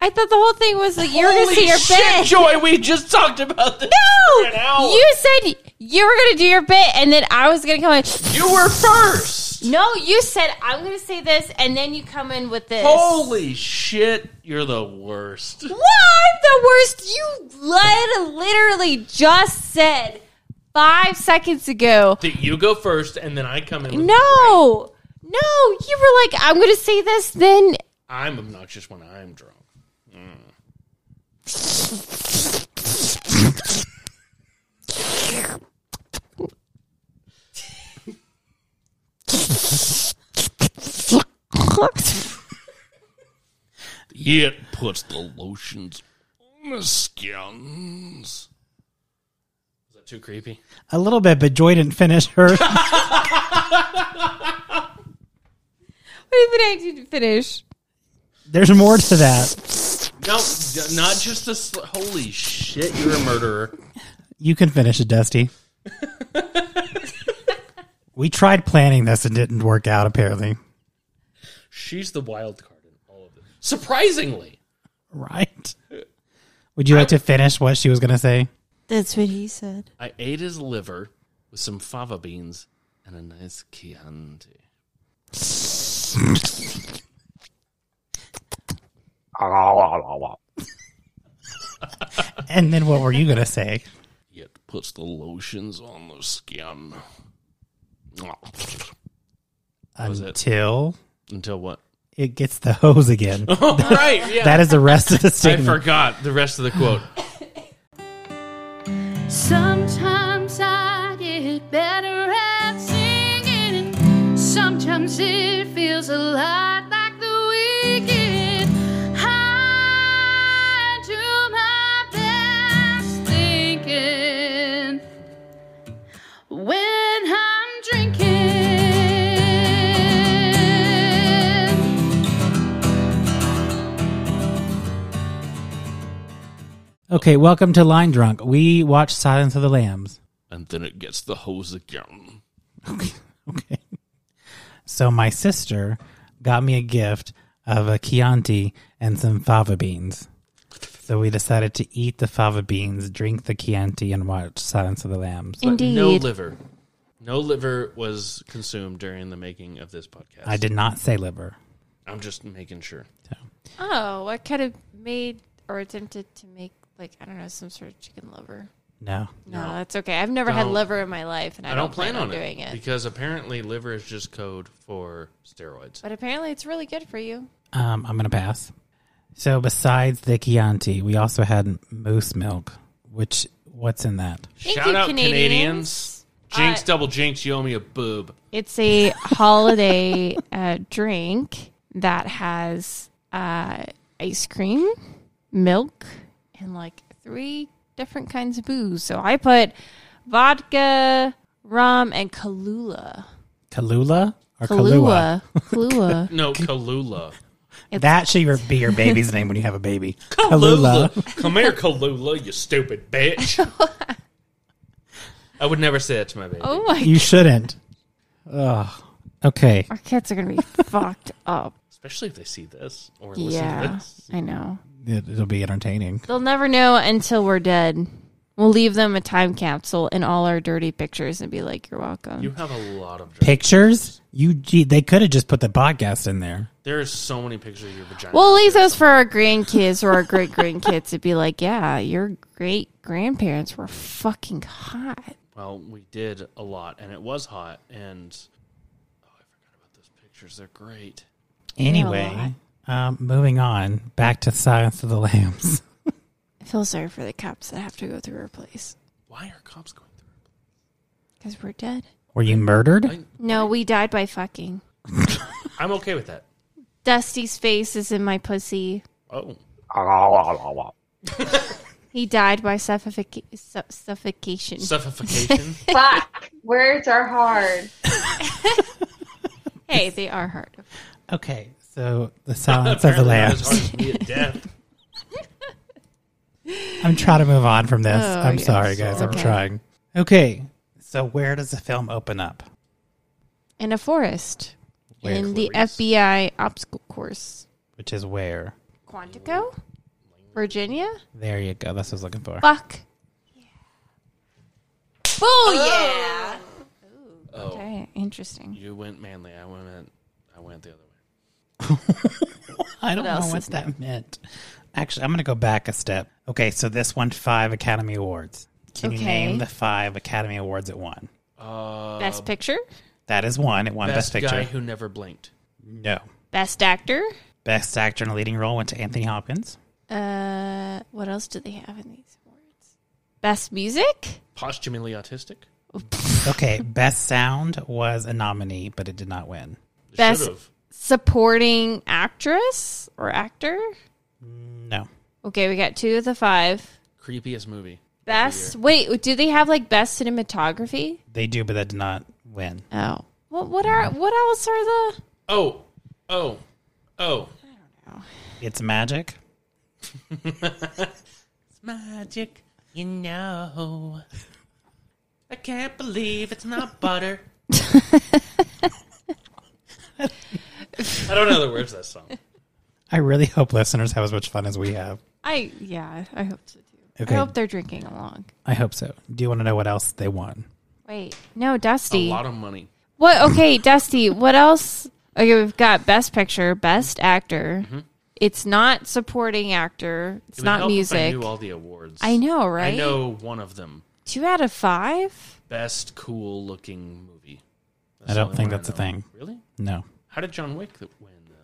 I thought the whole thing was like you were going to Holy see your shit, bit. Joy! We just talked about this. for an No, hour. you said you were going to do your bit, and then I was going to come in. You were first. No, you said I'm going to say this, and then you come in with this. Holy shit! You're the worst. What? I'm the worst. You led, literally just said five seconds ago. That you go first, and then I come in. With No, no, you were like, I'm going to say this, then. I'm obnoxious when I'm drunk. It puts the lotions on the skins. Is that too creepy? A little bit, but Joy didn't finish her. What did I do to finish? There's more to that. No, d- not just a sl- holy shit. You're a murderer. You can finish it, Dusty. we tried planning this and didn't work out, apparently. She's the wild card in all of it. Surprisingly, Right. Would you like to finish what she was going to say? That's what he said. I ate his liver with some fava beans and a nice Chianti. And then what were you going to say? It puts the lotions on the skin. was it? Until Until what? it? gets the hose again. Oh, right. Yeah. that is the rest of the I statement. forgot the rest of the quote. Sometimes I get better at singing. Sometimes it feels a lot like the weekend. I do my best thinking when I'm drinking. Okay, welcome to Line Drunk. We watched Silence of the Lambs. And then it gets the hose again. Okay. So my sister got me a gift of a Chianti and some fava beans. So we decided to eat the fava beans, drink the Chianti, and watch Silence of the Lambs. But No Indeed. liver. No liver was consumed during the making of this podcast. I did not say liver. I'm just making sure. Oh, I kind of made or attempted to make like I don't know some sort of chicken liver. No. No, No. that's okay. I've never had Don't. liver in my life, and I, I, don't, plan, on, it doing it. because apparently liver is just code for steroids. But apparently, it's really good for you. Um, I'm going to pass. So besides the Chianti, we also had moose milk, which, what's in that? Thank Shout you, out Canadians. Canadians. Jinx, Uh, double jinx, you owe me a boob. It's a holiday uh, drink that has uh, ice cream, milk, and like three different kinds of booze. So I put vodka, rum, and Kahlua. Kalula or Kahlua. Kalua? Kahlua. No, Kalula. That should your- be your baby's name when you have a baby. Come here, Kalula, you stupid bitch. I would never say that to my baby. oh my. You shouldn't. Ugh. Okay. Our kids are going to be fucked up. Especially if they see this or listen to Yeah. this. I know. It, it'll be entertaining. They'll never know until we're dead. We'll leave them a time capsule and all our dirty pictures and be like, you're welcome. You have a lot of dr- Pictures? You gee, they could have just put the podcast in there. There are so many pictures of your vagina. We'll leave those for our grandkids or our great grandkids to be like, yeah, your great grandparents were fucking hot. well, we did a lot and it was hot and oh, I forgot about those pictures. They're great. Anyway, um, moving on back to Silence of the Lambs. I feel sorry for the cops that have to go through our place Why are cops going through? because we're dead. Were you murdered? No, we died by fucking. I'm okay with that. Dusty's face is in my pussy. Oh. He died by suffoc- su- suffocation. Suffocation. Fuck. Words are hard. hey, they are hard. Okay, so the Silence of the Apparently not as Lambs. hard as me at death. I'm trying to move on from this. Oh, I'm yes. sorry, guys. I'm Okay. trying. Okay, so where does the film open up? In a forest. Where, in the Clarice? FBI obstacle course. Which is where? Quantico? Virginia? There you go. That's what I was looking for. Fuck. Oh, yeah. Oh, Okay, interesting. you went manly. I went. I went the other way. I don't What know else what is that meant. Actually, I'm going to go back a step. Okay, so this won five Academy Awards. Can you Okay. name the five Academy Awards it won? Uh, Best picture? That is one. It won best, Best, Picture. guy who never blinked. no. Best actor? Best Actor in a Leading Role went to Anthony Hopkins. Uh, what else do they have in these awards? Best music? Posthumously autistic. Okay, Best Sound was a nominee, but it did not win. Best- Should've. Supporting actress or actor? No. Okay, we got two of the five. creepiest movie. Best. Wait, do they have like best cinematography? They do, but that did not win. Oh. What what are what else are the Oh, oh, oh. It's Magic. Magic, you know. I can't believe it's not butter. I don't know the words to that song. I really hope listeners have as much fun as we have. I yeah, I hope so too. Okay. I hope they're drinking along. I hope so. Do you want to know what else they won? Wait. No, A Dusty. lot of money. What okay, Dusty, what else? Okay, we've got best picture, best actor. It's not supporting actor. It's Mm-hmm. It would not help if I music. knew all the awards. I know, right? I know one of them. Two out of five? Best cool looking movie. That's I the don't only think one I that's a know. thing. Really? No. How did John Wick th- win though?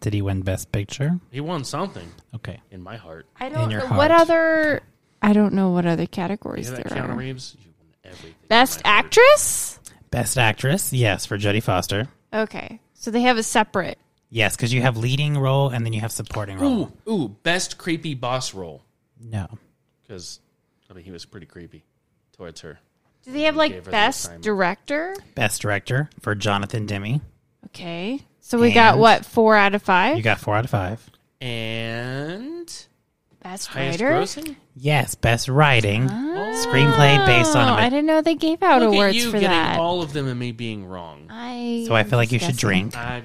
Did he win Best Picture? He won something Okay. in my heart. I don't- don't your know heart. what other I don't know what other You categories know that there Keanu are. Reeves? You won everything. in Best my heart. actress? Best Actress, yes, for Jodie Foster. Okay. So they have a separate. Yes, because you have leading role and then you have supporting role. Ooh, ooh, best creepy boss role. No. Because I mean, he was pretty creepy towards her. Do they have gave like her the best assignment. director? Best Director for Jonathan Demme. Okay. So we got And- what, four out of five? You got four out of five. And best highest writer? grossing. Yes, Best Writing. Screenplay based Oh, on I a. didn't know they gave out Look at awards you for getting that. all of them and me being wrong. I So I feel like you should disgusting. drink. I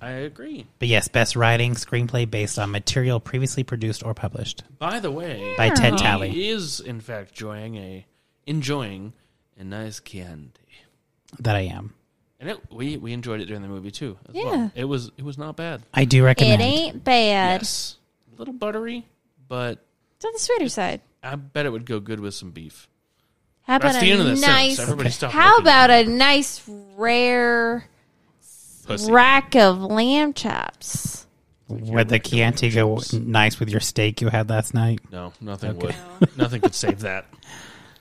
I agree. But yes, Best Writing, Screenplay based on material previously produced or published By the way, by Ted Yeah. Talley. he is in fact enjoying a enjoying a nice candy. That I am. And it, we we enjoyed it during the movie too. As Yeah. well. It was it was not bad. I do It recommend. ain't bad. Yes. A little buttery, but It's on the sweeter side. I bet it would go good with some beef. How about That's the a end of the nice? sentence. Everybody stop. How looking at about a nice rare pussy. rack of lamb chops? Would the Chianti go nice with your steak you had last night? No, nothing would. nothing could save that.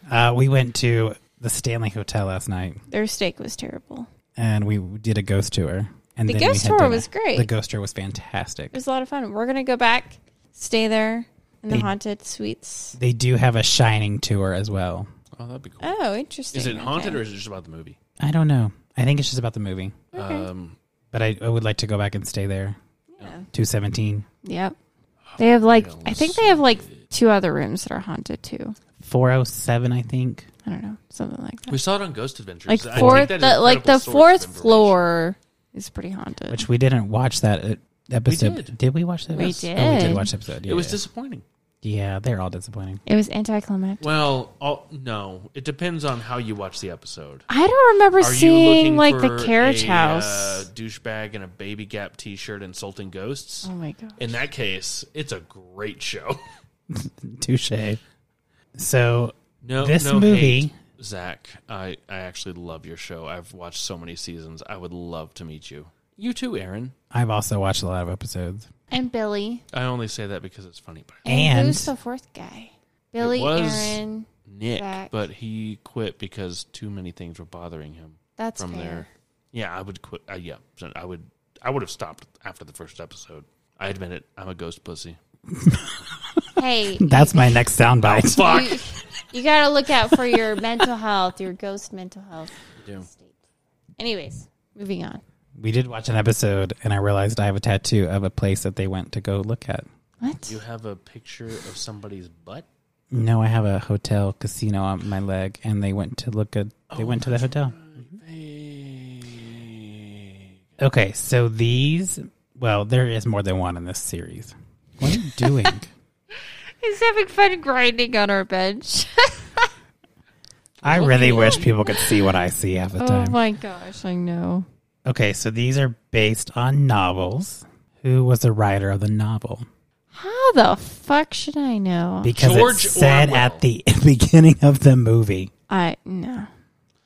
Uh, we went to the Stanley Hotel last night Their steak was terrible. and we did a ghost tour. And The then we ghost had tour dinner. was great. The ghost tour was fantastic. It was a lot of fun. We're gonna go back, stay there in the They- haunted suites. They do have a Shining tour as well. Oh, that'd be cool. Oh, interesting. Is it haunted Okay. or is it just about the movie? I don't know. I think it's just about the movie, Um, but I, I would like to go back and stay there. Yeah. Two seventeen. Yep. Oh, They have like I think they have like two other rooms that are haunted too. Four oh seven, I think. I don't know, something like that. we saw it on Ghost Adventures. Like I take fourth, that as the, like the incredible source of fourth information. floor is pretty haunted. Which we didn't watch that uh, episode. did. we watch that? We episode? Oh, we did did. watch the episode. Yeah, It was yeah. disappointing. yeah. They're all disappointing. it was anticlimactic. Well, all, no, it depends on how you watch the episode. I don't remember Are you seeing looking like for the carriage a, uh, house. douchebag in a baby Gap T-shirt insulting ghosts? oh my god! In that case, it's a great show. Touche. So No, This no movie- hate, Zach. I I actually love your show. I've watched so many seasons. I would love to meet you. You too, Aaron. I've also watched a lot of episodes. And Billy. I only say that because it's funny, but And- who's the fourth guy? Billy, was- Aaron. Nick, Zach. but he quit because too many things were bothering him That's from fair. there. Yeah, I would quit. Uh, yeah, so I would. I would have stopped after the first episode. I admit it. I'm a ghost pussy. Hey, That's my next soundbite. Fuck. you, you got to look out for your mental health, your ghost mental health. do. state. Anyways, moving on. We did watch an episode, and I realized I have a tattoo of a place that they went to go look at. What? You have a picture of somebody's butt. No, I have a hotel casino on my leg, and they went to look at. They Oh went to the hotel. Okay, so these. Well, there is more than one in this series. What are you doing? He's having fun grinding on our bench. I really wish people could see what I see half the oh time. my gosh, I know. Okay, so these are based on novels. Who was the writer of the novel? How the fuck should I know? Because George it's said Orwell. at the beginning of the movie. I no.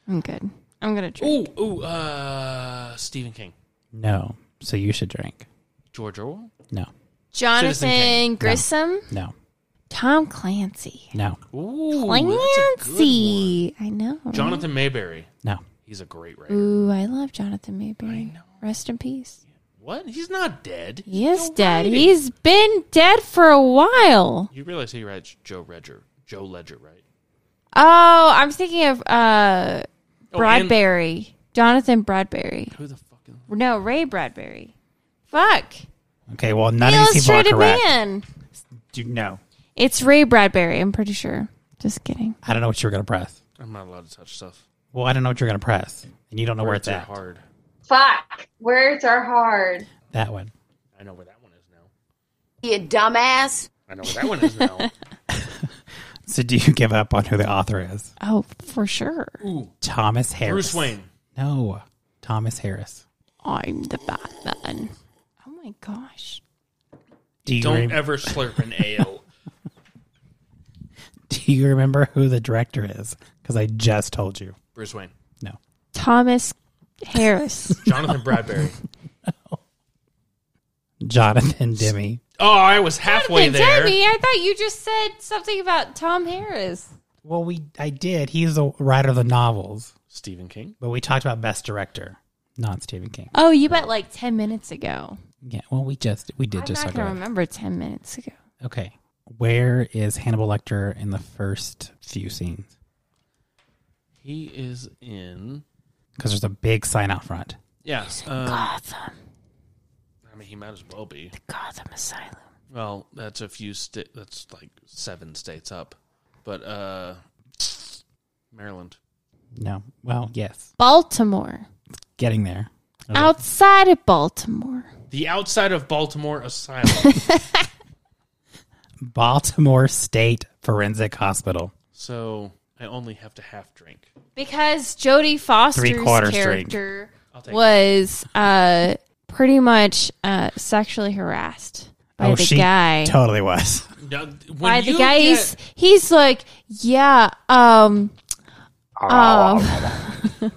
I'm good. I'm gonna drink. Ooh, ooh, uh, Stephen King, No. So you should drink. George Orwell. No. Citizen Kane. Jonathan Grissom, No. Tom Clancy. No. Ooh, that's a good Clancy. I know. one. Jonathan Mayberry. No. He's a great writer. Ooh, I love Jonathan Mayberry. Rest in peace. What? He's not dead. He is Still dead. writing. He's been dead for a while. You realize he writes Joe Ledger. Joe Ledger, right? Oh, I'm thinking of uh Oh, and- Bradbury. Jonathan Bradbury. Who the fuck? Is- No, Ray Bradbury. Fuck. Okay, well none of these people are Illustrated correct. man. Do- no. It's Ray Bradbury, I'm pretty sure. Just kidding. I don't know what you're gonna press. I'm not allowed to touch stuff. Well, I don't know what you're gonna press. And you don't know where Words it's are at. hard. Fuck. Words are hard. That one. I know where that one is now. You dumbass. I know where that one is now. So do you give up on who the author is? Oh, for sure. Ooh, Thomas Harris. Bruce Wayne. No. Thomas Harris. I'm the Batman. Oh my gosh. Do you Don't rem- ever slurp an ale. do you remember who the director is? Because I just told you. Bruce Wayne. No. Thomas Harris. Jonathan Bradbury. Jonathan Demme. Oh, I was halfway there. Debbie, I thought you just said something about Tom Harris. Well, we I did. He's the writer of the novels, Stephen King. but we talked about best director, not Stephen King. Oh, you bet like 10 minutes ago. Yeah. Well, we just we did I'm just not talk going to about. it. remember 10 minutes ago. Okay. Where is Hannibal Lecter in the first few scenes? He is in. Because there's a big sign out front. Yes. Um, I Gotham. mean, he might as well be. Gotham Asylum. Well, that's a few. Sta- that's like seven states up, but uh, Maryland. No. Well, yes. Baltimore. Getting there. Outside of Baltimore. The outside of Baltimore asylum. Baltimore State Forensic Hospital. so I only have to half drink. Because Jodie Foster's Three-quarters drink. character I'll take was uh, pretty much uh, sexually harassed by oh, the she guy. totally was. No, when by the you guy, get- he's, he's like, yeah, um, Oh, um,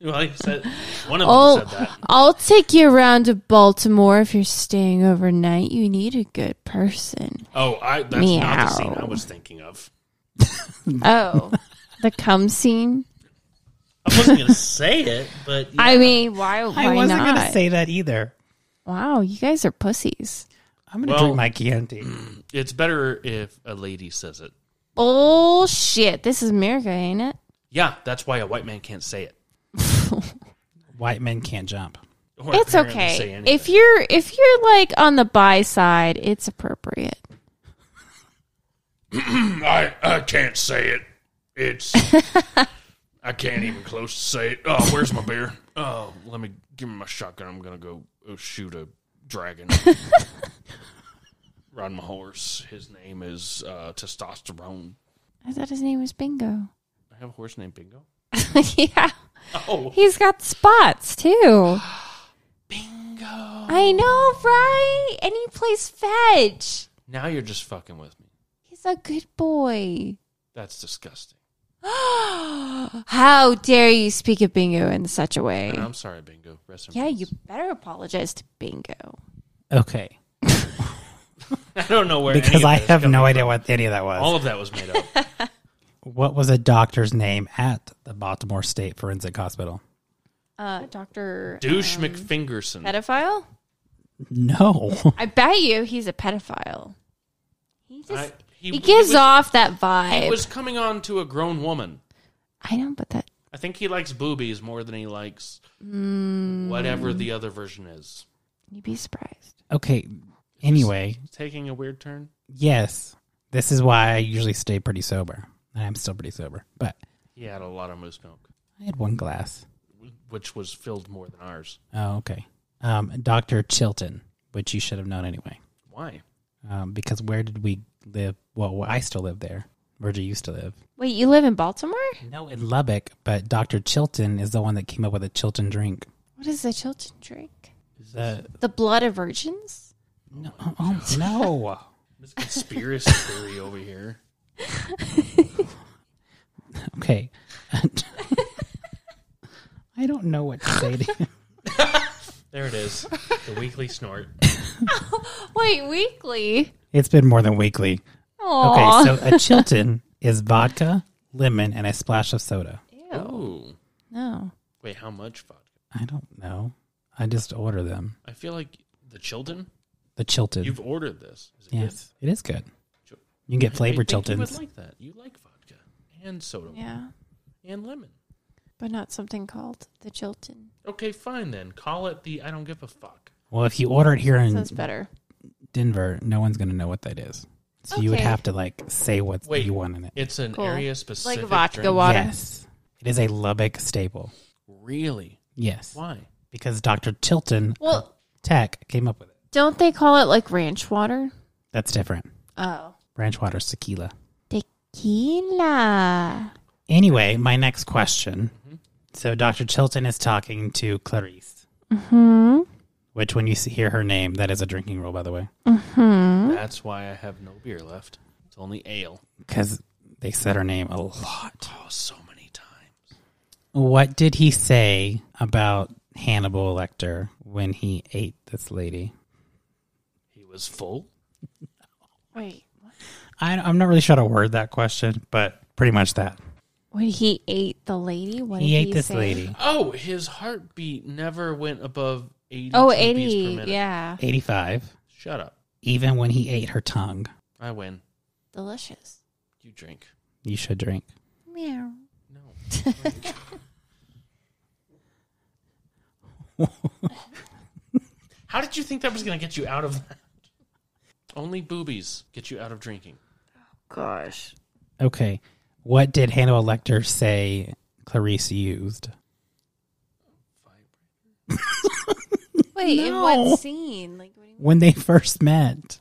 well, he said one of them said I'll, that. I'll take you around to Baltimore if you're staying overnight. You need a good person. Oh, I that's not the scene I Meow. was thinking of. Oh, the cum scene. I wasn't gonna say it, but yeah. I mean, why? Why I wasn't not? gonna say that either. wow, you guys are pussies. I'm gonna Well- drink my Chianti. it's better if a lady says it. Bullshit. This is America, ain't it? Yeah, that's why a white man can't say it. White men can't jump. Or It's apparently say okay. anything. If you're if you're like on the buy side, it's appropriate. I, I can't say it. It's I can't even close to say it. Oh, where's my beer? Oh, let me give me my shotgun. I'm gonna go uh, shoot a dragon. Ride my horse. His name is uh, testosterone. I thought his name was Bingo. I have a horse named Bingo. yeah. Oh, He's got spots too. Bingo. I know, right? And he plays fetch. now you're just fucking with me. He's a good boy. That's disgusting. How dare you speak of Bingo in such a way? And I'm sorry, Bingo. Rest in Yeah, peace. you better apologize to Bingo. Okay. I don't know where any Because of I this have come- no idea what any of that was. All of that was made up. What was a doctor's name at the Baltimore State Forensic Hospital? Uh, Doctor Douche McFingerson. pedophile. No. I bet you he's a pedophile. He just I- he, he gives was- off that He vibe. was coming on to a grown woman. I know, but that I think he likes boobies more than he likes Mm. whatever the other version is. you'd be surprised. Okay. Anyway, Taking a weird turn. yes. This is why I usually stay pretty sober. And I'm still pretty sober. But He had a lot of moose milk, I had one glass. which was filled more than ours. Oh, okay. Um, Dr. Chilton, which you should have known anyway. Why? um, because where did we live? Well, I still live there. Where do you used to live? Wait, you live in Baltimore? No, in Lubbock, but Dr. Chilton is the one that came up with a Chilton drink. What is the Chilton drink? Is that The blood of virgins? no? Oh, no. This conspiracy theory over here. Okay. I don't know what to say to you. There it is. The weekly snort. Wait, weekly. It's been more than weekly. Aww. Okay, so a Chilton is vodka, lemon, and a splash of soda. Oh, no. Wait, how much vodka? I don't know. I just order them. I feel like the Chilton. The Chilton. You've ordered this. Is it good? yes, it is good. You Chil- can get I flavored think You would Chiltons. like that. You like vodka and soda Yeah. and lemon. But not something called the Chilton. Okay, fine then. Call it the I don't give a fuck. well, if you order it here in Sounds better. Denver, no one's going to know what that is. So you would Okay. have to like say what Wait. you want in it. It's an Cool. area specific. Like vodka drink. water. Yes. It is a Lubbock staple. Really? Yes. Why? Because Dr. Chilton Well, Tech came up with it. don't they call it like ranch water? That's different. Oh. Ranch water's tequila. Tequila. Anyway, my next question. Mm-hmm. So Dr. Chilton is talking to Clarice, Hmm. which when you s- hear her name, that is a drinking rule, by the way, Hmm? That's why I have no beer left. It's only ale. because they said her name a lot. Oh, so many times. What did he say about Hannibal Lecter when he ate this lady? He was full. Wait. what? I, I'm not really sure how to word that question, but pretty much that. When he ate the lady? What he did ate this say? lady. Oh, his heartbeat never went above 80. Oh, beats 80. Per minute. Yeah. 85, Shut up. even when he ate her tongue. I win. Delicious. You drink. You should drink. Meow. No. How did you think that was going to get you out of that? Only boobies get you out of drinking. Gosh. Okay. What did Hannibal Lecter say Clarice used? Wait, in No. what scene? Like, what do you mean? When they first met.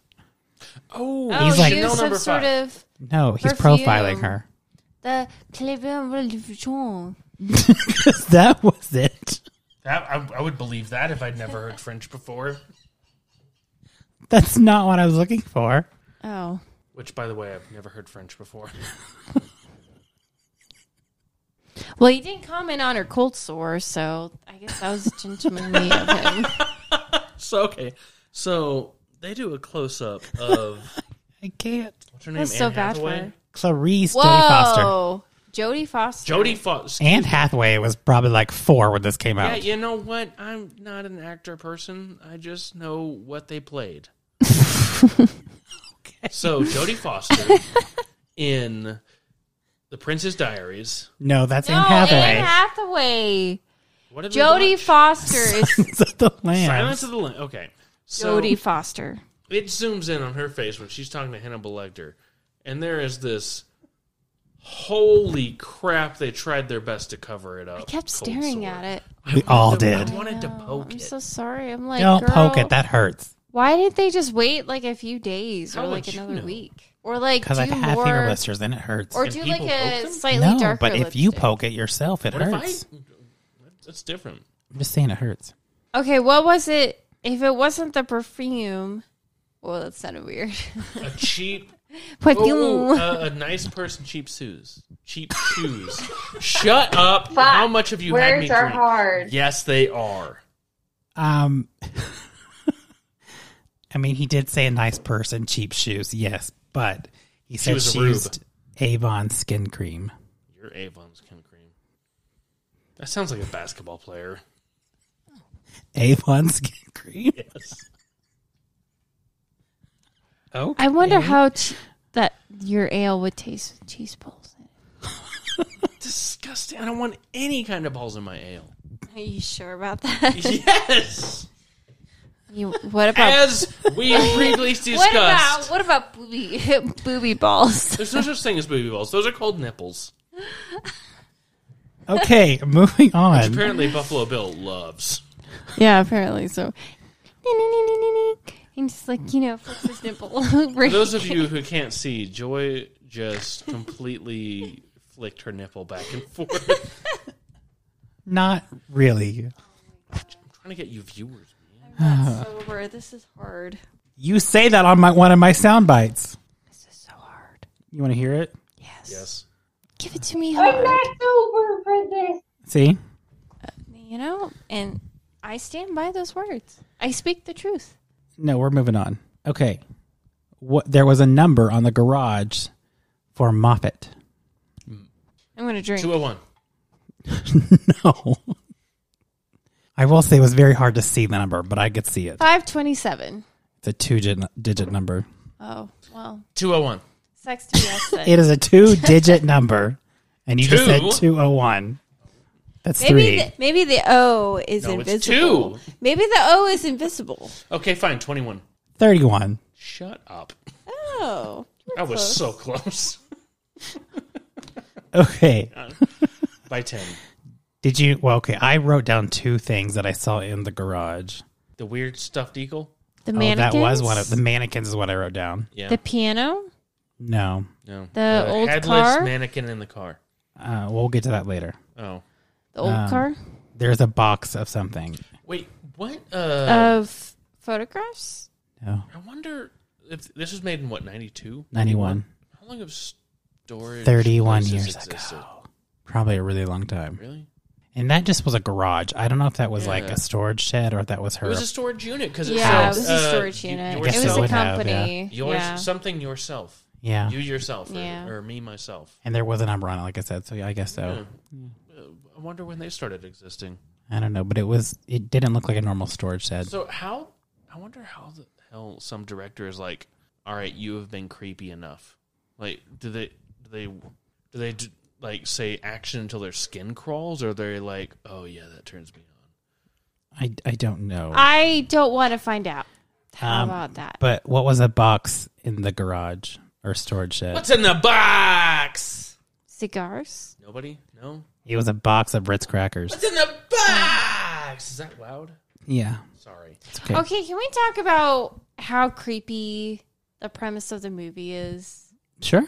Oh, Oh, He's like- use no some number sort five. of No, he's Perfume. profiling her. the Cleveland Revolution. 'Cause that was it. That, I, I would believe that if I'd never heard French before. That's not what I was looking for. Oh. Which, by the way, I've never heard French before. Well, he didn't comment on her cold sore, so I guess that was gentlemanly of him. So okay, so they do a close up of I can't. what's her name? That's so bad for her. Clarice Jodie Foster. Jodie Foster. Jodie Foster. Anne Hathaway was probably like four when this came Yeah, out. you know what? I'm not an actor person. I just know what they played. So Jodie Foster in The Princess Diaries. No, that's No, Anne Hathaway. Anne Hathaway. What did we Jodie watch? Foster is Silence of the Lambs. Silence of the Lambs. Okay, so Jodie Foster. it zooms in on her face when she's talking to Hannibal Lecter, and there is this. Holy crap! They tried their best to cover it up. I kept staring at it. we all I did. wanted to No, poke I'm it. so sorry. I'm like, Don't poke girl, it. That hurts. Why didn't they just wait like a few days How or like would you another know? week or like do Because I've had more finger blisters and it hurts. or Can do like people poke a them? slightly no, darker. but if you lipstick. poke it yourself, it What if I? hurts. That's different. I'm just saying it hurts. Okay, what was it? If it wasn't the perfume, well, that sounded weird. A cheap perfume. Oh, uh, a nice person cheap shoes. Cheap shoes. Shut up. How much have you had me Words are drink? hard. Yes, they are. Um, I mean, he did say a nice person, cheap shoes, yes, but he said was a she rube. used Avon skin cream. Your Avon's skin cream. That sounds like a basketball player. Avon skin cream. Yes. Oh, I eh? wonder how ch- that your ale would taste with cheese balls. Disgusting. I don't want any kind of balls in my ale. Are you sure about that? Yes. You, what about As we previously what about discussed. what about booby booby balls? There's no such thing as booby balls. Those are called nipples. okay. Moving on. Apparently, Buffalo Bill loves. Yeah, apparently so. And just like, you know, flips his nipple. For those of you who can't see, Joy just completely flicked her nipple back and forth. I'm Not really. trying to get you viewers. sober. This is hard. You say that on my one of my sound bites. This is so hard. You want to hear it? Yes. Yes. Give it to me I'm hard. not sober for this. See? You know, and I stand by those words. I speak the truth. No, we're moving on. Okay. What there was a number on the garage for Moffat. I'm going to drink. 201. No. I will say it was very hard to see the number, but I could see it. 527. It's a two digit, digit number. Oh, well, 201. sex to yes then. It is a two digit number. And you just said Two? 201. That's Maybe three. the, maybe the O is No, it's invisible. two. Maybe the O is invisible. Okay, fine. 21. 31. Shut up. Oh, I was so close. Okay. By 10. Did you? Well, okay. I wrote down two things that I saw in the garage. The weird stuffed eagle? the Oh, mannequins. that was one of the mannequins, is what I wrote down. Yeah. The piano. No. no. the old headless car? mannequin in the car. Uh, we'll get to that later. Oh. The old Um, car There's a box of something. Wait, what? Uh, of photographs. No. I wonder if this was made in what, 92? 91. How long have storage 31 places years existed? ago. Probably a really long time. Really? And that just was a garage. I don't know if that was like Yeah. a storage shed or if that was It her. was a storage unit because Yeah, it said, was uh, a storage you- unit. you It were guess was it a would self- have, company. Yours, yeah. something yourself. yeah. You yourself, or, Yeah. or me myself. Uh, and there was a number on it, like I said. So yeah, I guess so. I wonder when they started existing. I don't know, but it was. It didn't look like a normal storage shed. So how? I wonder how the hell some director is like, all right, you have been creepy enough. Like, do they do they do they d- like say action until their skin crawls, or they're like, oh yeah, that turns me on. I, I don't know. I don't want to find out. How Um, about that? but what was a box in the garage or storage shed? What's in the box? Cigars. Nobody? No. It was a box of Ritz crackers. What's in the box? Is that loud? Yeah. Sorry. It's okay. Okay, can we talk about how creepy the premise of the movie is? Sure.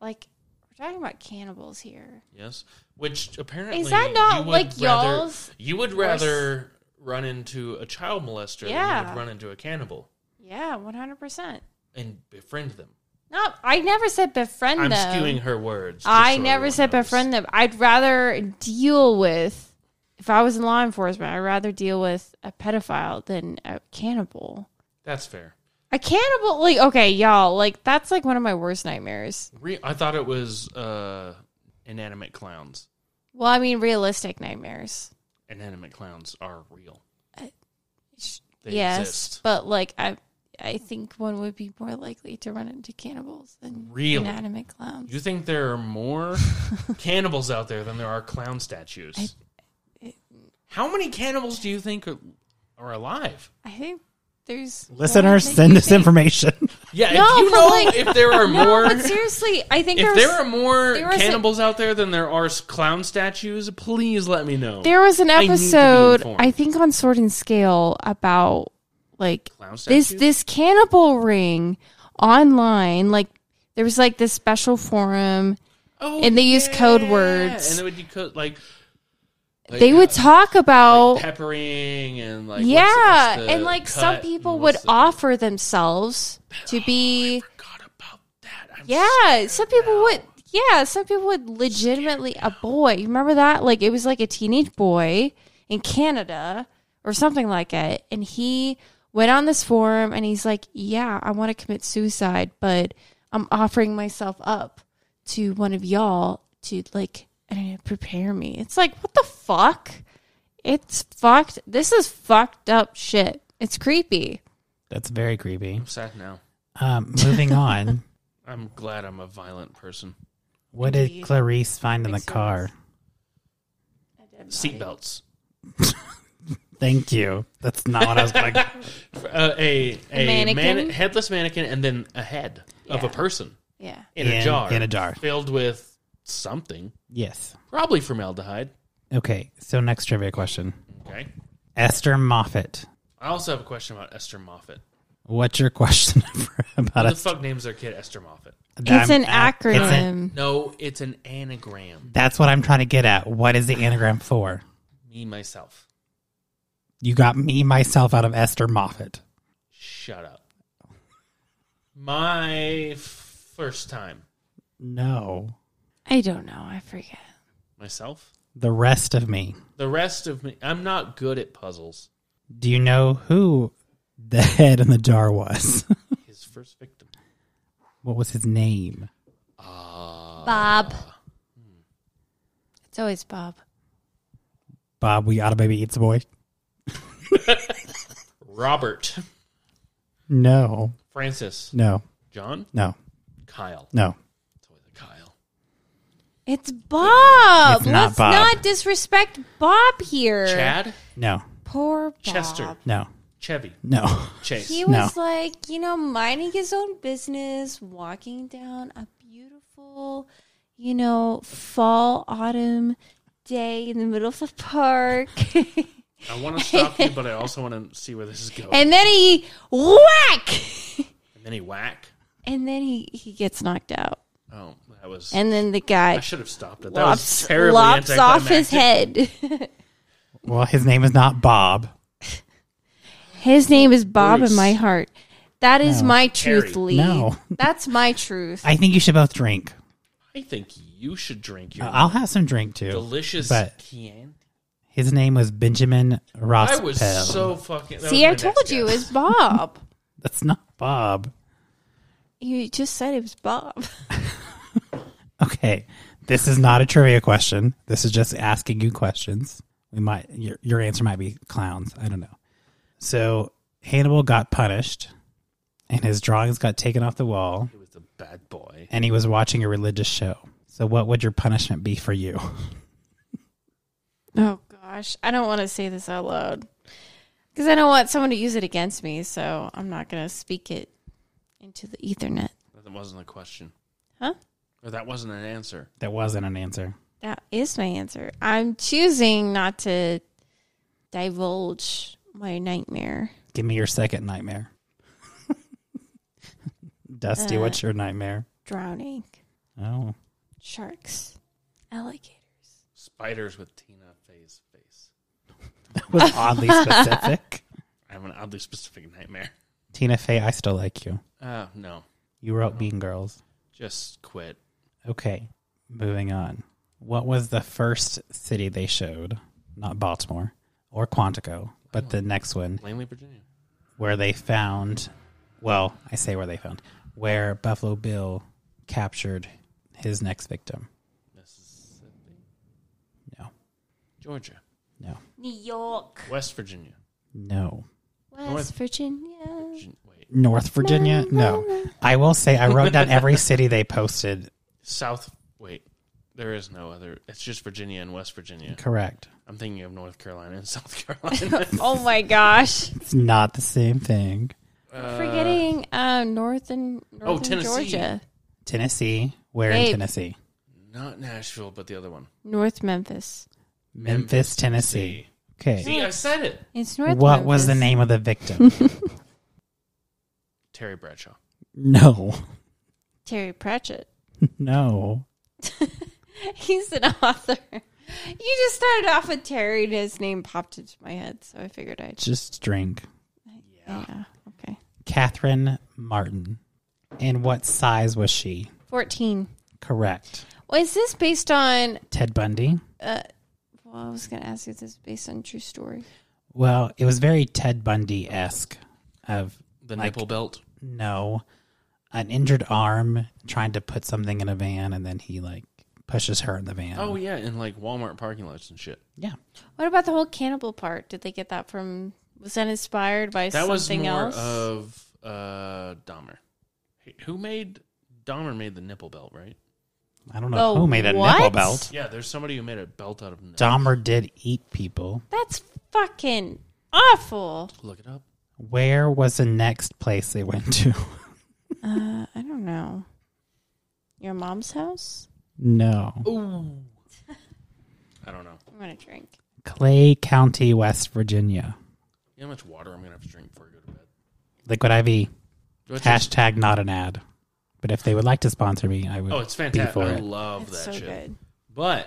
Like, we're talking about cannibals here. Yes. Which apparently Is that not you would like rather- y'all's You would rather run into a child molester than you Yeah. would run into a cannibal Yeah, one hundred percent. and befriend them. No, I never said befriend I'm them. skewing her words. just I so never everyone said knows. befriend them. I'd rather deal with, if I was in law enforcement, I'd rather deal with a pedophile than a cannibal. That's fair. A cannibal, like, okay, y'all, like, that's like one of my worst nightmares. Re- I thought it was uh, inanimate clowns. Well, I mean, realistic nightmares. Inanimate clowns are real. They Uh, yes, exist. but like, I. I think one would be more likely to run into cannibals than Really? inanimate clowns. You think there are more cannibals out there than there are clown statues? How many cannibals do you think are, are alive? I think there's more Listeners, than send you us think. information. Yeah, No, if you but know like- if there are No, more but seriously, I think If there's there are more there was a- cannibals out there than there are s- clown statues, please let me know. There was an I need to be episode, informed. I, think, on Sword and Scale about like Clown this statues? this cannibal ring online. Like there was like this special forum. oh, and they use code words. and they would do code like, like, they would uh, talk about like peppering and like what's- yeah, what's the and like some cut people and would what's the- offer themselves to be God about that. I'm yeah. Some people now. would yeah. Some people would legitimately a boy. You remember that? Like it was like a teenage boy in Canada or something like it, and he went on this forum and he's like, "Yeah, I want to commit suicide, but I'm offering myself up to one of y'all to like I don't know prepare me." It's like what the fuck. It's fucked. This is fucked up shit. It's creepy. That's very creepy. I'm sad now. Um, moving on. I'm glad I'm a violent person. What did Clarice find in the car? Seatbelts. Thank you. That's not what I was going to. Uh, a a, mannequin? man- headless mannequin and then a head of a person Yeah. in, a In- jar. in a jar. Filled with something. Yes. Probably formaldehyde. Okay. So next trivia question. Okay. Esther Moffat. I also have a question about Esther Moffat. What's your question about Who the us? fuck names their kid Esther Moffat? It's I'm an at- it's an- acronym. No, it's an anagram. that's what I'm trying to get at. What is the anagram for? Me myself. You got me myself out of Esther Moffat. Shut up. My f- first time. No, I don't know. I forget. Myself. the rest of me. The rest of me. I'm not good at puzzles. Do you know who the head in the jar was? His first victim. what was his name? Uh, Oh, Bob. Hmm. It's always Bob. Bob, we oughta baby eats a boy. Robert. No, Francis. no, John. no, Kyle. no. It's always a Kyle. It's Bob. It's not Let's Bob. not disrespect Bob here. Chad. No, Poor Bob. Chester. no, Chevy. no. Chase. He No. was like, you know, minding his own business, walking down a beautiful, you know, fall autumn day in the middle of the park. I want to stop you, but I also want to see where this is going. and then he whack. And then he whack. And then he, he gets knocked out. Oh, that was. And then the I guy should have stopped it. That was lops, terribly lops off his anticlimactic. head. Well, his name is not Bob. His name is Bob Bruce. in my heart. That is my truth, Harry. Lee. No. That's my truth. I think you should both drink. I think you should drink your I'll have some drink too. delicious but- Chianti. His name was Benjamin Ross. I was so fucking. that See, I was my told next you guess. it's Bob. That's not Bob. you just said it was Bob. Okay, this is not a trivia question. This is just asking you questions. We might your your answer might be clowns. I don't know. So Hannibal got punished, and his drawings got taken off the wall, He was a bad boy. and he was watching a religious show. So what would your punishment be for you? Oh gosh, I don't want to say this out loud because I don't want someone to use it against me. So I'm not going to speak it into the Ethernet. That wasn't a question. Huh? Or that wasn't an answer. That wasn't an answer. That is my answer. I'm choosing not to divulge my nightmare. Give me your second nightmare. Dusty, what's your nightmare? Drowning, Oh, sharks, alligators. Spiders with Tina Fey's face. that was oddly specific. I have an oddly specific nightmare. Tina Fey, I still like you. Uh, no. You wrote Bean Girls. Just quit. Okay, moving on. What was the first city they showed? Not Baltimore or Quantico, but the next one Langley, Virginia. where they found, well, I say where they found, where Buffalo Bill captured his next victim. Mississippi. No, Georgia. no, New York, West Virginia. no. West North- Virginia. Virgin- Wait. North Virginia? No. I will say I wrote down every city they posted. South. Wait. There is no other. It's just Virginia and West Virginia. Correct. I'm thinking of North Carolina and South Carolina. Oh my gosh, It's not the same thing. I'm forgetting uh, northern, northern Oh, Tennessee. Georgia, Tennessee. Where in Babe. Tennessee? Not Nashville, but the other one. North Memphis. Memphis, Tennessee. Okay. See, I said it. It's North. what was the Memphis. name of the victim? Terry Bradshaw. no, Terry Pratchett. no. He's an author. You just started off with Terry, and his name popped into my head, so I figured I'd. Just drink. Yeah. Okay. Catherine Martin. And what size was she? Fourteen. Correct. Well, is this based on? uh, Ted Bundy. Well, I was going to ask if this is based on true story. Well, it was very Ted Bundy esque. Of The Like- nipple belt. no, an injured arm trying to put something in a van, and then he like pushes her in the van. Oh yeah, in like Walmart parking lots and shit. yeah. What about the whole cannibal part? Did they get that from? Was that inspired by That was something more else? of uh Dahmer. Who made Dahmer made the nipple belt, right? I don't know The who made a nipple what? belt. Yeah, there's somebody who made a belt out of nipple. Dahmer did eat people. That's fucking awful. Look it up. Where was the next place they went to? Uh, I don't know. Your mom's house? no. Ooh. I don't know. I'm gonna drink. Clay County, West Virginia. You know how much water I'm gonna have to drink before I go to bed? Liquid IV. What's your- Hashtag not an ad. But if they would like to sponsor me, I would. oh, it's Be for fantastic. I it. love It's so that shit. good. But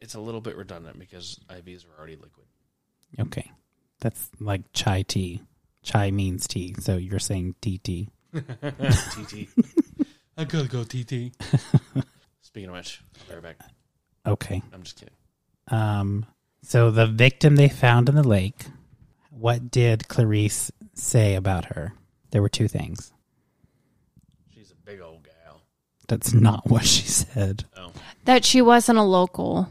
it's a little bit redundant because IVs are already liquid. Okay. That's like chai tea. Chai means tea. So you're saying TT. TT. I gotta go TT. Speaking of which, I'll be right back. Okay. I'm just kidding. Um, so the victim they found in the lake, what did Clarice say about her? There were two things. She's a big old gal. Oh, That's not what she said. That she wasn't a local.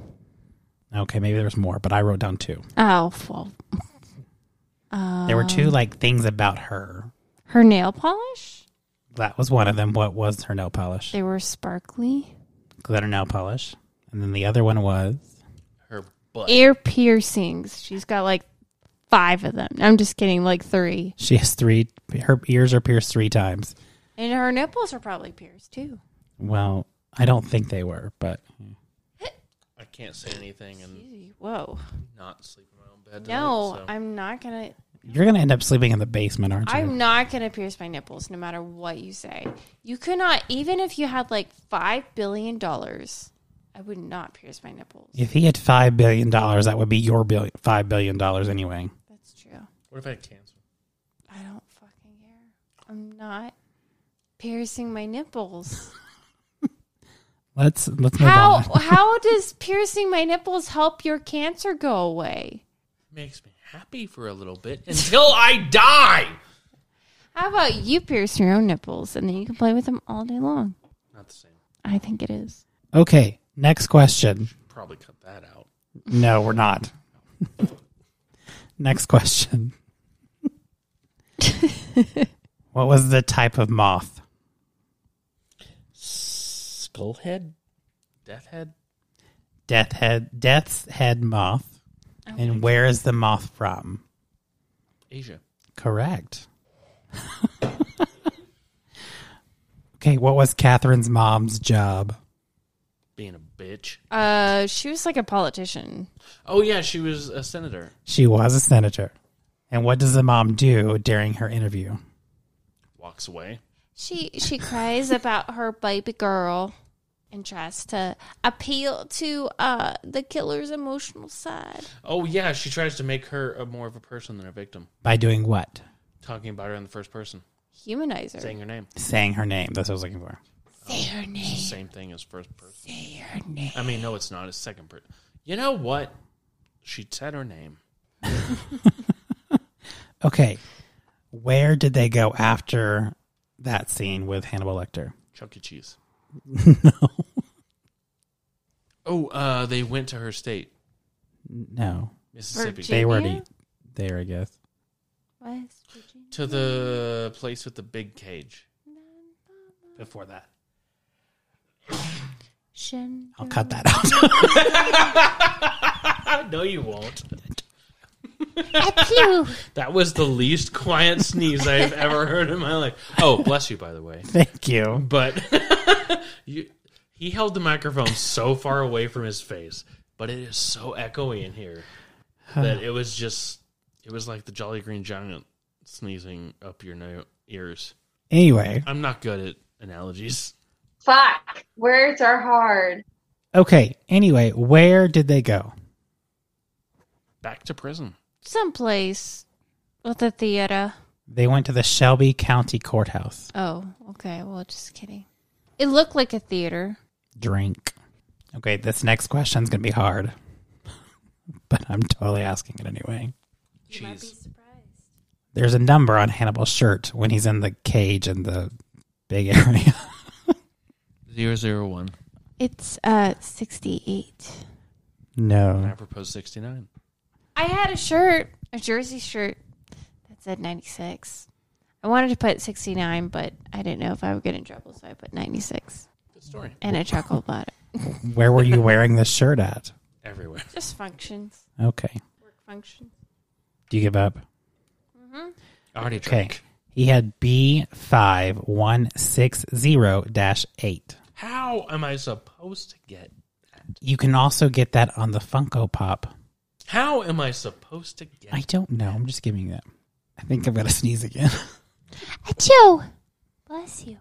Okay, maybe there's more, but I wrote down two. Oh, well. Uh, There were two like things about her. Her nail polish? That was one of them. What was her nail polish? They were sparkly. Glitter nail polish. And then the other one was Her butt. Ear piercings. She's got like five of them. I'm just kidding, like three. she has three her ears are pierced three times. And her nipples are probably pierced too. Well, I don't think they were, but I can't say anything and Whoa. not sleep in my own bed. Tonight, No, so. I'm not going to. you're gonna end up sleeping in the basement, aren't you? I'm not going to pierce my nipples no matter what you say. You could not, even if you had like $5 billion, I would not pierce my nipples. if he had five billion dollars, that would be your bill five billion dollars anyway. That's true. What if I had cancer? I don't fucking care. I'm not piercing my nipples. Let's let's move how on. how does piercing my nipples help your cancer go away? Makes me happy for a little bit until I die. How about you pierce your own nipples and then you can play with them all day long? Not the same. I think it is. Okay, next question. Probably cut that out. No, we're not. next question. what was the type of moth? Skullhead? Deathhead? Death head, death's head moth. And where is the moth from? Asia. Correct. okay, what was Catherine's mom's job? Being a bitch. Uh, she was like a politician. Oh, yeah, she was a senator. She was a senator. And what does the mom do during her interview? Walks away. She she cries about her baby girl and tries to appeal to uh the killer's emotional side. Oh, yeah, she tries to make her a, more of a person than a victim. By doing what? Talking about her in the first person, Humanize her. saying her name. Saying her name. That's what I was looking for. Say her name. Same thing as first person. Say her name. I mean, no, it's not. It's second person. You know what? She said her name. Okay. Where did they go after that scene with Hannibal Lecter? Chuck E. Cheese. no. Oh, uh, they went to her state, No. Mississippi. Virgin- They were Virginia? already there, I guess. West Virginia. To the place with the big cage. Before that. Shen- I'll cut that out. No, you won't. Appeal. That was the least quiet sneeze I've ever heard in my life. Oh, bless you, by the way. Thank you. But you, he held the microphone so far away from his face, but it is so echoey in here that it was just, it was like the Jolly Green Giant sneezing up your no- ears. Anyway. I'm not good at analogies. Fuck. Words are hard. Okay. Anyway, where did they go? Back to prison. Someplace with a theater. They went to the Shelby County Courthouse. Oh, okay. Well, just kidding. It looked like a theater. Drink. Okay, this next question's going to be hard, but I'm totally asking it anyway. Cheese. There's a number on Hannibal's shirt when he's in the cage in the big area. Zero zero one. It's uh 68. I no. propose sixty nine. I had a shirt, a jersey shirt that said 96. I wanted to put 69, but I didn't know if I would get in trouble, so I put 96 Good story. and I chuckled about it. Where were you wearing this shirt at? Everywhere. Just functions, Okay. work functions. Do you give up? I already Okay. drank. He had B5160 8. How am I supposed to get? You can also get that on the Funko Pop. How am I supposed to get? I don't know. I'm just giving you that. I think I'm going to sneeze again. Achoo. Bless you.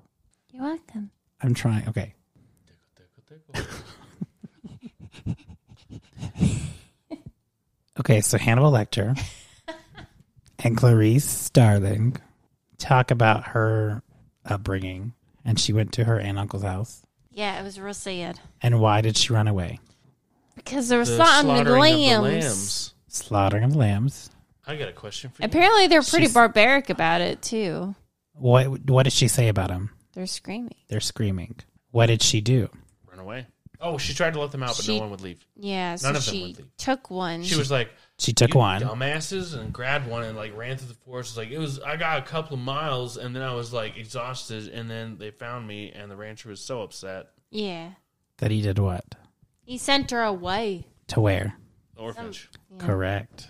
You're welcome. I'm trying. Okay. okay, so Hannibal Lecter and Clarice Starling talk about her upbringing, and she went to her aunt and uncle's house. Yeah, it was real sad. And why did she run away? Because there was The slaughtering the slaughtering of the lambs. lambs. Slaughtering of the lambs. I got a question for you. Apparently, they're pretty She's- barbaric about it, too. What What did she say about them? They're screaming. They're screaming. What did she do? Run away. Oh, she tried to let them out, but She- no one would leave. Yeah, so None of them she would leave. took one. She was like, She took "You one. dumbasses," and grabbed one and like ran through the forest. It's Like it was, I got a couple of miles, and then I was like exhausted, and then they found me, and the rancher was so upset. yeah. That he did what? He sent her away. To where? The orphanage. Correct.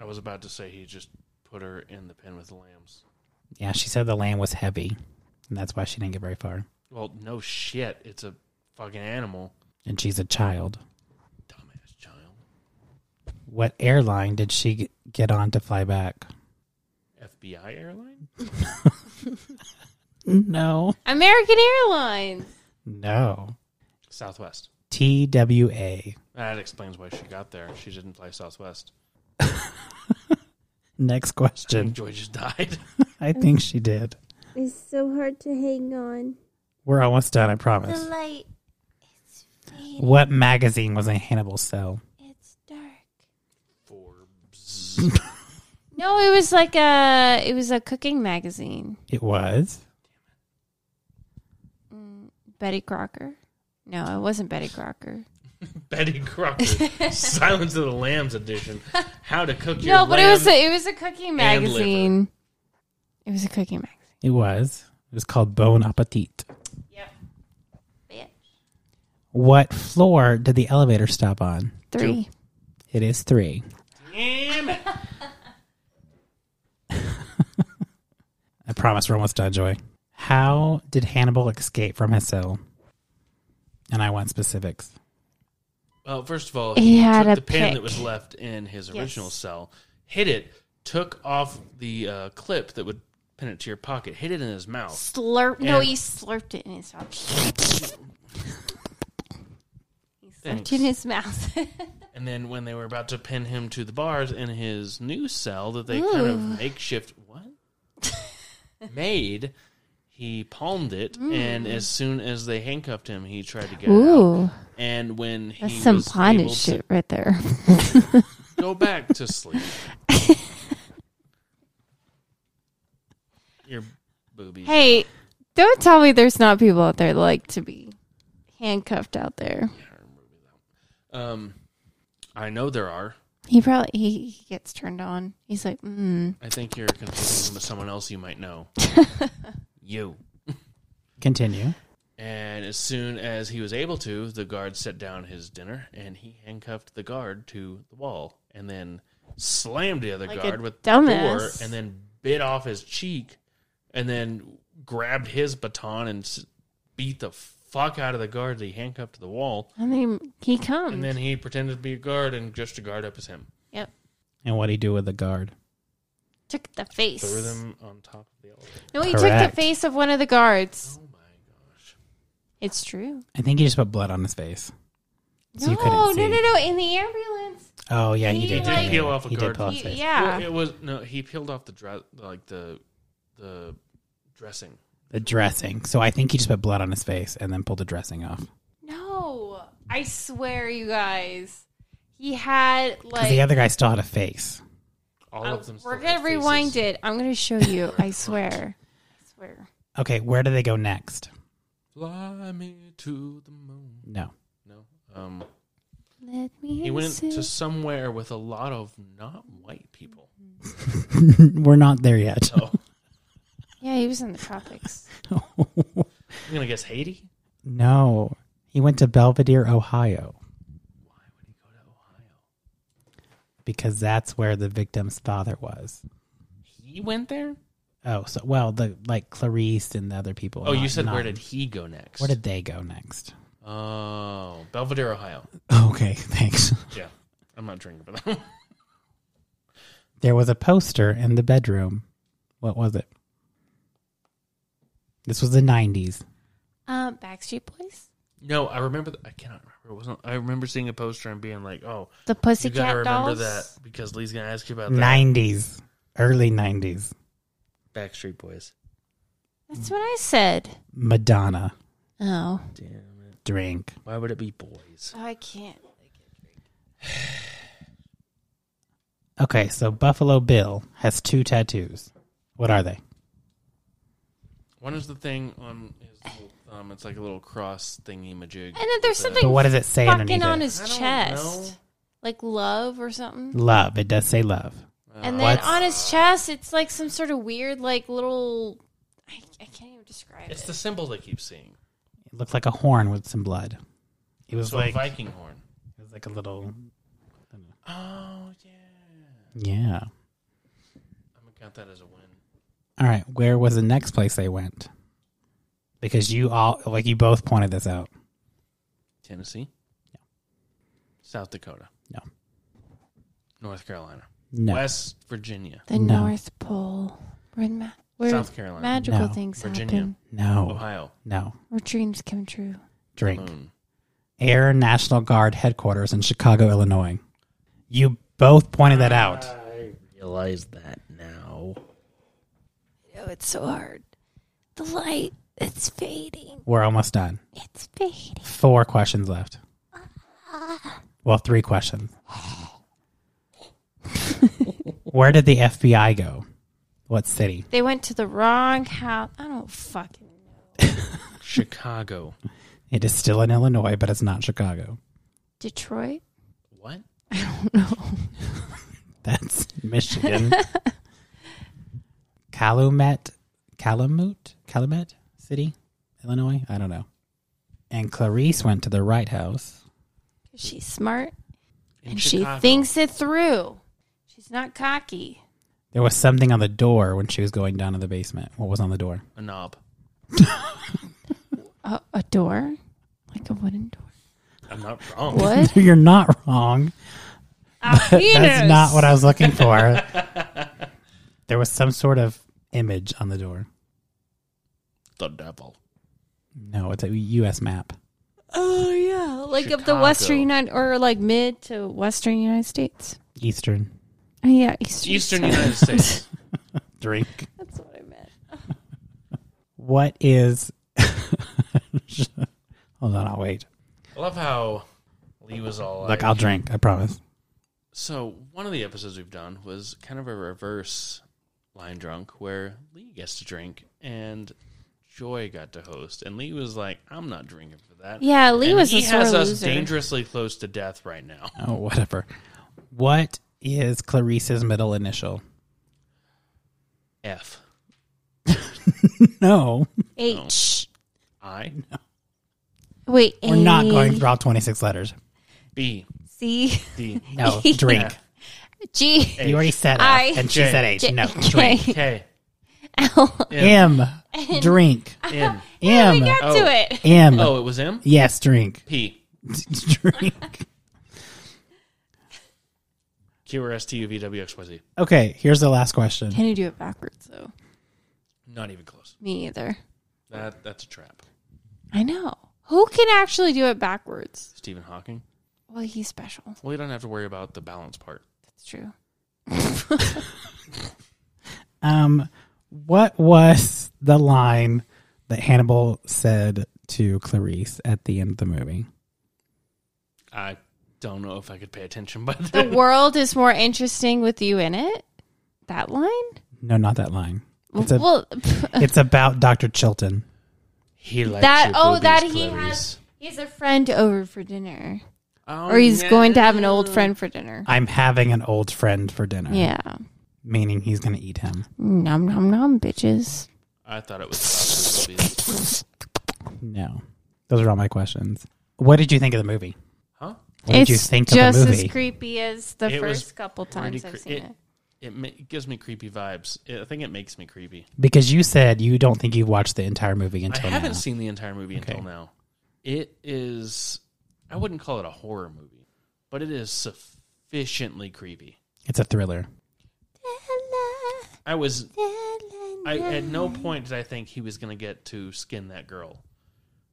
I was about to say he just put her in the pen with the lambs. Yeah, she said the lamb was heavy, and that's why she didn't get very far. Well, no shit, it's a fucking animal, And she's a child. dumbass child. What airline did she g- get on to fly back? FBI airline. No. American Airlines. No. Southwest. TWA. That explains why she got there. She didn't fly Southwest. Next question. Joy just died. I think she did. It's so hard to hang on. We're almost done, I The promise. light, What magazine was in Hannibal's cell? it's dark. Forbes. No, it was like a it was a cooking magazine. It was. Betty Crocker. No, it wasn't Betty Crocker. Betty Crocker, Silence of the Lambs edition. How to cook your No, but it was a, lamb. it was a cooking liver. magazine. It was a cooking magazine. It was. It was called Bon Appetit. Bitch. What floor did the elevator stop on? Three. It is three. Damn it. I promise we're almost done, Joy. How did Hannibal escape from his cell? And I want specifics. Well, Oh, first of all, He he, had took a the pen pick. that was left in his original Yes. cell, hid it, took off the uh, clip that would pin it to your pocket, hid it in his mouth. Slurp. No, And- he slurped it in his mouth. he slurped Thanks. it in his mouth. And then when they were about to pin him to the bars in his new cell that they kind of makeshift what made, he palmed it, and as soon as they handcuffed him, he tried to get out. Ooh, And when he that's some was bondage able to shit right there. go back to sleep, your boobies. Hey, don't tell me there's not people out there that like to be handcuffed out there. Um, I know there are. He probably he, he gets turned on. He's like, mm. I think you're confusing him with someone else you might know. you. Continue. And as soon as he was able to, the guard set down his dinner and he handcuffed the guard to the wall and then slammed the other Like a guard with the door dumbass. and then bit off his cheek and then grabbed his baton and s- beat the fuck out of the guard that he handcuffed to the wall. I mean, he comes. And then he pretended to be a guard and just a guard up as him. yep, And what did he do with the guard? took the face. Threw them on top of the elevator. No, he took Correct. the face of one of the guards. Oh my gosh. It's true. I think he just put blood on his face. So you no, couldn't no, see. no, no. In the ambulance. Oh yeah, he, He did. did do like- that. peel off a he did guard. peel off his He- face. yeah. Well, it was no. He peeled off the dress, like the the dressing. The dressing. So I think he just put blood on his face and then pulled the dressing off. no, I swear, you guys. He had Because like. the other guy still had a face. All Uh, of them. we're still had gonna rewind faces. it. I'm gonna show you. Oh I swear. I swear. Okay, where do they go next? Fly me to the moon. No. No. Um. Let me. He went sit. to somewhere with a lot of not white people. Mm-hmm. We're not there yet. So Yeah, he was in the tropics. I'm gonna guess Haiti. no. He went to Belvedere, Ohio. Because that's where the victim's father was. He went there. Oh, so well, the like Clarice and the other people. Oh, you not- said not- where did he go next? where did they go next? Oh, Belvedere, Ohio. Okay, thanks. Yeah, I'm not drinking for that. one. There was a poster in the bedroom. What was it? This was the 90s. Um, Backstreet Boys. No, I remember. The, I cannot remember. It wasn't. I remember seeing a poster and being like, "Oh, The you gotta Pussycat remember Dolls. that because Lee's gonna ask you about that." 90s. Early 90s. Backstreet Boys. That's what I said. Madonna. Oh. Damn it! Drink. Why would it be boys? I can't. Okay, so Buffalo Bill has two tattoos. What are they? One is the thing on his little thumb. It's like a little cross thingy majig. And then there's But something what does it say underneath fucking on it? his chest. Like love or something. Love. It does say love. And then What's- on his chest, it's like some sort of weird, like little. I, I can't even describe It's it. the symbol they keep seeing. It looked like a horn with some blood. It was So like a Viking horn. it was like a little Oh yeah. yeah. I'm gonna count that as a win. All right, where was the next place they went? Because you all like you both pointed this out. Tennessee. Yeah. South Dakota. No. North Carolina. No. West Virginia. the No. North Pole. Where, ma- where South Carolina. magical No. things Virginia. happen. no. Ohio. No. Where dreams come true. Drink. Moon. Air National Guard headquarters in Chicago, Illinois. You both pointed that out. Realize that now. Oh, it's so hard. The light, it's fading. We're almost done. It's fading. Uh-huh. Four questions left. Well, three questions. Where did the FBI go? What city? They went to the wrong house. I don't fucking know. Chicago. It is still in Illinois, but it's not Chicago. Detroit? What? That's Michigan. Calumet, Calumet, Calumet City, Illinois. I don't know. And Clarice went to the right house. She's smart In and Chicago. she thinks it through. She's not cocky. There was something on the door when she was going down to the basement. What was on the door? a knob. A, a door? Like a wooden door. I'm not wrong. What? You're not wrong. That's not what I was looking for. there was some sort of image on the door. The devil. No, it's a U.S. map. Oh yeah, like of the Chicago. Western United or like mid to Western United States. Eastern Oh, yeah, Eastern. Eastern United States. drink. That's what I meant. What is? Hold on, I'll wait. I love how Lee was all like, Look, I'll drink. I promise. So one of the episodes we've done was kind of a reverse line drunk where Lee gets to drink and Joy got to host, and Lee was like, "I'm not drinking for that." Yeah, Lee And was he a sore has us loser. dangerously close to death right now. Oh, whatever. What is Clarice's middle initial? F No, H. I Wait, we're not going through all twenty-six letters. B C D No, drink. F, G H, You already said I- F, and she J. said H. J- No, K. drink. K L. M, drink. Oh M. We M, got Oh. to it. M. Oh, it was M Yes, drink. P drink. Q R S T U V W X Y Z. Okay, here's the last question. Can you do it backwards though? Not even close. Me either. That that's a trap. I know. Who can actually do it backwards? Stephen Hawking. Well, he's special. Well, you don't have to worry about the balance part. That's true. Um, what was the line that Hannibal said to Clarice at the end of the movie? I don't know if I could pay attention, but The world is more interesting with you in it. That line? No, not that line. It's a, well, it's about Dr. Chilton. he likes that your oh boobies, that he Clarice. has he's a friend over for dinner Oh, or he's no. going to have an old friend for dinner I'm having an old friend for dinner. yeah Meaning he's going to eat him. nom nom nom bitches I thought it was about his boobies. No. Those are all my questions. What did you think of the movie? Huh? What it's did you think of just the as movie? creepy as the It was first couple pretty times i've cre- seen it, It ma- gives me creepy vibes. It, I think it makes me creepy. because you said you don't think you've watched the entire movie until I haven't now. seen the entire movie Okay. until now. It is, I wouldn't call it a horror movie, but it is sufficiently creepy. it's a thriller. I was I at no point did I think he was gonna get to skin that girl.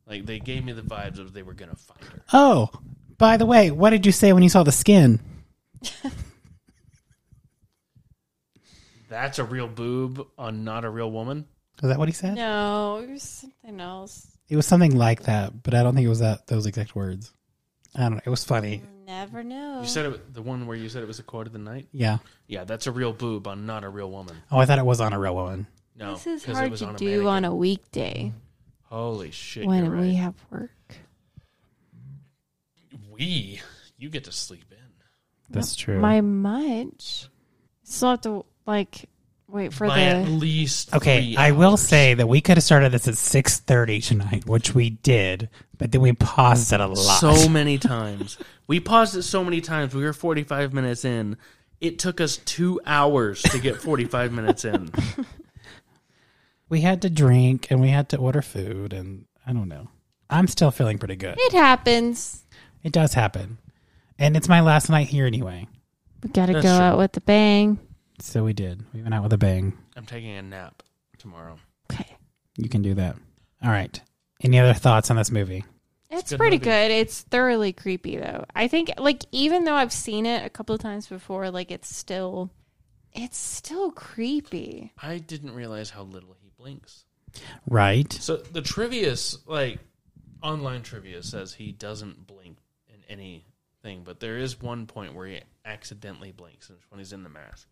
Like they gave me the vibes of they were gonna find her. Oh, by the way, what did you say when you saw the skin? That's a real boob on not a real woman. Is that what he said? No, it was something else. It was something like that, but I don't think it was that those exact words. I don't know. It was funny. Never know. You said it, the one where you said it was a quote of the night. Yeah. Yeah, that's a real boob on not a real woman. Oh, I thought it was on a real woman. No, this is 'cause hard to do mannequin. on a weekday Holy shit! when you're right. we have work. we you get to sleep in That's true. My much still have to like wait for by at the least okay, three I will hours. say that we could have started this at six thirty tonight, which we did, but then we paused it a lot. so many times. we paused it so many times. We were 45 minutes in. It took us two hours to get 45 minutes in. we had to drink and we had to order food, and I don't know. I'm still feeling pretty good. it happens. It does happen, and it's my last night here anyway. We gotta That's go true. out with a bang. So we did. We went out with a bang. I'm taking a nap tomorrow. Okay. You can do that. All right. Any other thoughts on this movie? It's good pretty movie. good. It's thoroughly creepy though. I think like even though I've seen it a couple of times before, like it's still it's still creepy. I didn't realize how little he blinks. Right. So the trivia, like online trivia, says he doesn't blink in anything, but there is one point where he accidentally blinks, and it's when he's in the mask.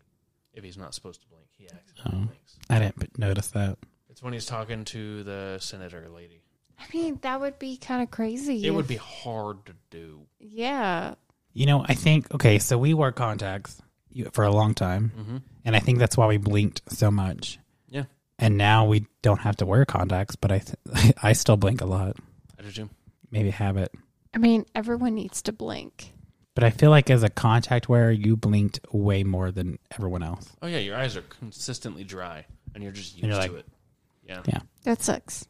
If he's not supposed to blink, he accidentally Oh. blinks. I didn't notice that. It's when he's talking to the senator lady. I mean, that would be kind of crazy. It if- would be hard to do. Yeah. You know, I think okay, so we wore contacts you- for a long time, and I think that's why we blinked so much. Yeah, And now we don't have to wear contacts, but I th- I still blink a lot. I do too. Maybe a habit. I mean, everyone needs to blink. But I feel like as a contact wearer, you blinked way more than everyone else. Oh yeah, your eyes are consistently dry, and you're just used you're to like- it. Yeah. Yeah. That sucks.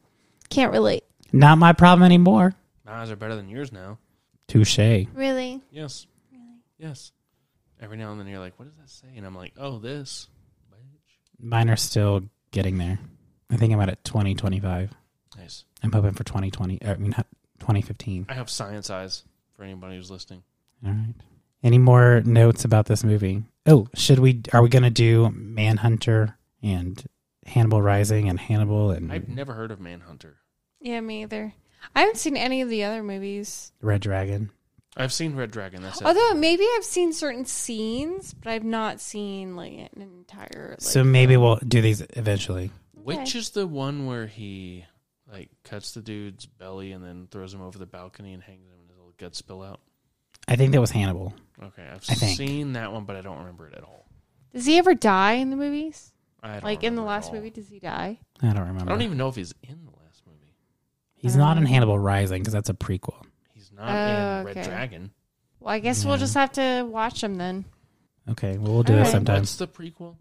Can't relate. Not my problem anymore. my eyes are better than yours now. Touche. Really? Yes, really, yes. Every now and then you're like, "What does that say?" And I'm like, "Oh, this." Bitch. Mine are still getting there. I think I'm at at twenty twenty five. Nice. I'm hoping for twenty twenty. I mean, twenty fifteen. I have science eyes for anybody who's listening. All right. Any more notes about this movie? Oh, should we? Are we going to do Manhunter and Hannibal Rising and Hannibal and I've never heard of Manhunter. Yeah, me either. I haven't seen any of the other movies. Red Dragon? I've seen Red Dragon. That's it. Although maybe I've seen certain scenes, but I've not seen like an entire. Like, so maybe we'll do these eventually. Which is the one where he like cuts the dude's belly and then throws him over the balcony and hangs him and his little guts spill out? I think that was Hannibal. Okay, I've I think. seen that one, but I don't remember it at all. does he ever die in the movies? I don't Like in the remember at last all. movie, does he die? I don't remember. I don't even know if he's in the last movie. He's not in Hannibal Rising because that's a prequel. He's not Oh, in Red okay. Dragon. Well, I guess we'll just have to watch him then. Okay, well we'll do All that right. sometime. What's the prequel?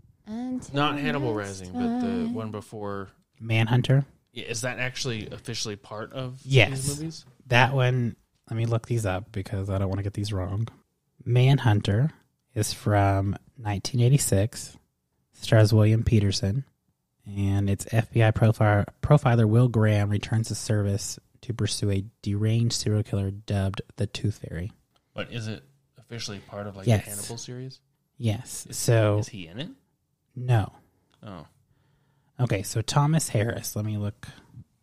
Not Hannibal Rising, but the one before. Manhunter. Yeah, is that actually officially part of Yes. these movies? That one. Let me look these up because I don't want to get these wrong. Manhunter is from 1986. Stars William Peterson, and its FBI profiler, profiler Will Graham returns to service to pursue a deranged serial killer dubbed the Tooth Fairy. But is it officially part of like Yes. the Hannibal series? Yes. Is, So is he in it? no. Oh, Okay. So Thomas Harris. Let me look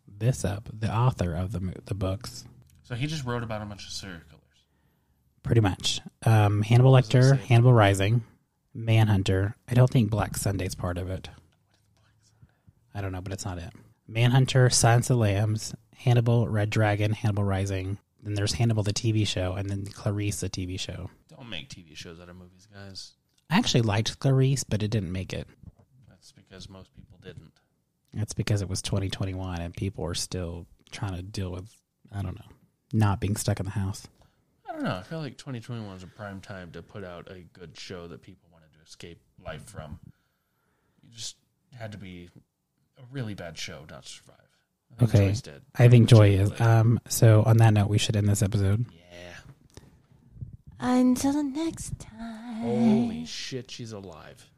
this up. The author of the mo- the books, so he just wrote about a bunch of serial killers. pretty much. Um, Hannibal What does it Lecter, say? Hannibal Rising, Manhunter. I don't think Black Sunday's part of it. I don't know, but it's not it. Manhunter, Silence of the Lambs, Hannibal, Red Dragon, Hannibal Rising. Then there's Hannibal the TV show, and then Clarice the TV show. Don't make TV shows out of movies, guys. I actually liked Clarice, but it didn't make it. That's because most people didn't. That's because it was 2021 and people are still trying to deal with, I don't know, not being stuck in the house. I don't know. I feel like 2021 is a prime time to put out a good show that people wanted to escape life from. You just had to be a really bad show not to survive. I think Okay. Joy's dead. I think Joy Joy is. is. Um, so on that note, we should end this episode. Yeah. Until next time. Holy shit, she's alive.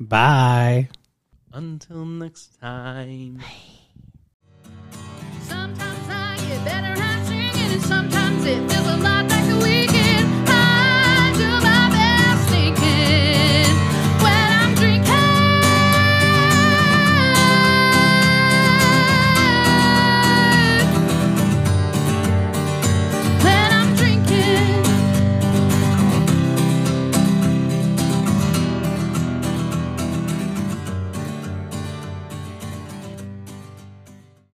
Bye. Until next time. Sometimes I get better at singing, and sometimes it feels